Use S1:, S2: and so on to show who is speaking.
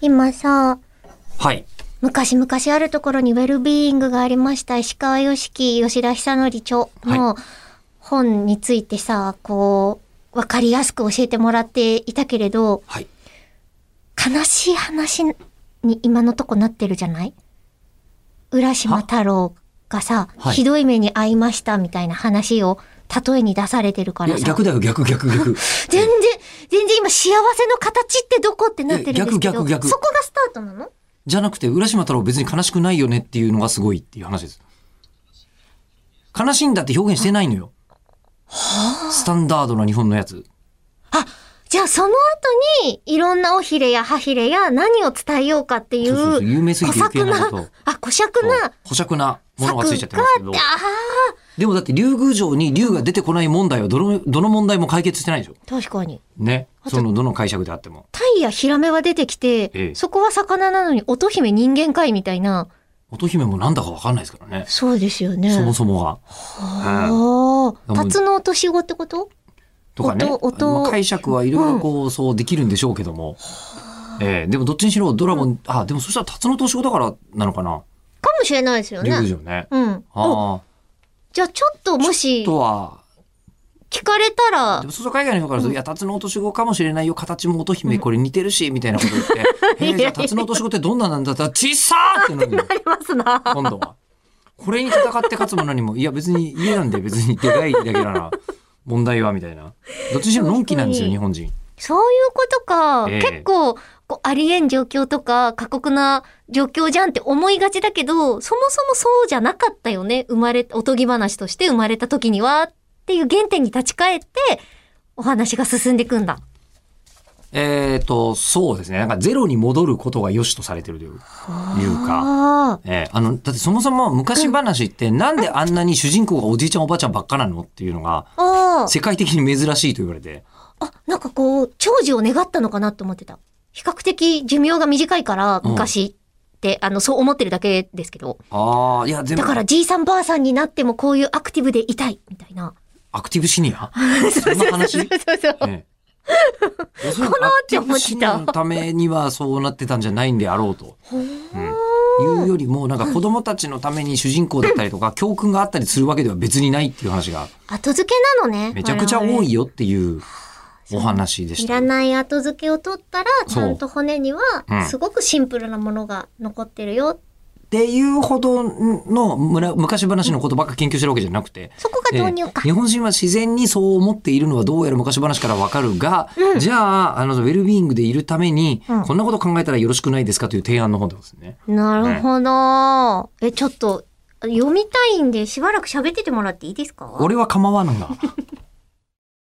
S1: 今さ、
S2: はい。
S1: 昔々あるところにウェルビーイングがありました石川良樹吉田久典著の本についてさ、こう、わかりやすく教えてもらっていたけれど、
S2: はい。
S1: 悲しい話に今のとこなってるじゃない浦島太郎がさ、
S2: はい
S1: ひどい目に遭いましたみたいな話を例えに出されてるか
S2: い
S1: ら
S2: や、
S1: さ
S2: 逆。だよ、逆、逆、逆。
S1: 全然、全然今幸せの形ってどこってなってるんですけど、
S2: いや逆逆逆
S1: そこがスタートなの
S2: じゃなくて、浦島太郎別に悲しくないよねっていうのがすごいっていう話です。悲しんだって表現してないのよ。スタンダードな日本のやつ。
S1: あ、じゃあその後に、いろんな尾ひれや歯ひれや何を伝えようかってい
S2: そうそうそう、
S1: う、
S2: 有名すぎて余計な
S1: な
S2: こと。、
S1: あ、小尺な
S2: 保釈なもの
S1: 策
S2: が
S1: が
S2: ついちゃってますけ
S1: あ
S2: ど
S1: って、。あ
S2: でもだって、竜宮城に竜が出てこない問題はどの、どの問題も解決してないでしょ。
S1: ー確かに。
S2: ね。
S1: あと
S2: その、どの解釈であっても。
S1: タイやヒラメは出てきて、
S2: ええ
S1: そこは魚なのに乙姫人間かいみたいな。
S2: 乙姫もなんだかわかんないですからね。
S1: そうですよね。
S2: そもそもが。う
S1: あ
S2: ん
S1: あ、タツノオトシゴってこと
S2: とかね。
S1: 音音
S2: まあ解釈はいろいろこう、そうできるんでしょうけども。ええでもどっちにしろドラゴン、あ、でもそしたら辰野敏夫だからなのかな。
S1: かもしれないですよ
S2: 竜宮
S1: ね。
S2: 城ね。
S1: うん。お
S2: あ
S1: じゃあちょっともし
S2: あ。とは、
S1: 聞かれたら
S2: で、もそうそう海外の人からすると、いや、辰野敏夫かもしれないよ、形も乙姫これ似てるし、みたいなこと言って、ええじゃあ辰野敏夫ってどんななんだったら、ちっさーってなる のよ
S1: ありますな。
S2: 今度は。これに戦って勝つも何も、いや別に家なんで別にでかいだけなら、問題は、みたいな。どっちにしろのんきなんですよ、日本人。
S1: そういうことか。
S2: ええ
S1: 結構、こうありえん状況とか、過酷な状況じゃんって思いがちだけど、そもそもそうじゃなかったよね。生まれ、おとぎ話として生まれた時には、っていう原点に立ち返って、お話が進んでいくんだ。
S2: えっ、と、そうですね。なんかゼロに戻ることが良しとされてるというか。
S1: ああ。
S2: えーあの、だってそもそも昔話ってなんであんなに主人公がおじいちゃんおばあちゃんばっかなのっていうのが
S1: あ
S2: 世界的に珍しいと言われて。
S1: あ。あ、なんかこう、長寿を願ったのかなと思ってた。比較的寿命が短いから、
S2: うん
S1: 昔って、あの、そう思ってるだけですけど。
S2: ああ、いや、全部
S1: だから、じいさんばあさんになってもこういうアクティブでいたい、みたいな。
S2: アクティブシニア そんな 話
S1: そうそうそう。
S2: ええおそら
S1: こ
S2: く
S1: の
S2: ア
S1: 後
S2: クティブシニアのためにはそうなってたんじゃないんであろうと。うんいうよりも、なんか子供たちのために主人公だったりとか、教訓があったりするわけでは別にないっていう話が
S1: 後付けなのね。
S2: めちゃくちゃ多
S1: 我々。
S2: いよっていうお話でし
S1: い
S2: た
S1: ら
S2: よ。
S1: ない後付けを取ったら、ち
S2: そう
S1: ゃんと骨には
S2: うん、
S1: すごくシンプルなものが残ってるよ。
S2: っていうほどのむら昔話のことばっか研究してるわけじゃなくて。
S1: そこが導入か
S2: えー。日本人は自然にそう思っているのはどうやら昔話からわかるが、じゃあ、あの、ウェルビーイングでいるために、
S1: うん
S2: こんなこと考えたらよろしくないですかという提案の本でですね。
S1: なるほど。え、ちょっと、読みたいんで、しばらく喋っててもらっていいですか
S2: 俺は構わんのだ。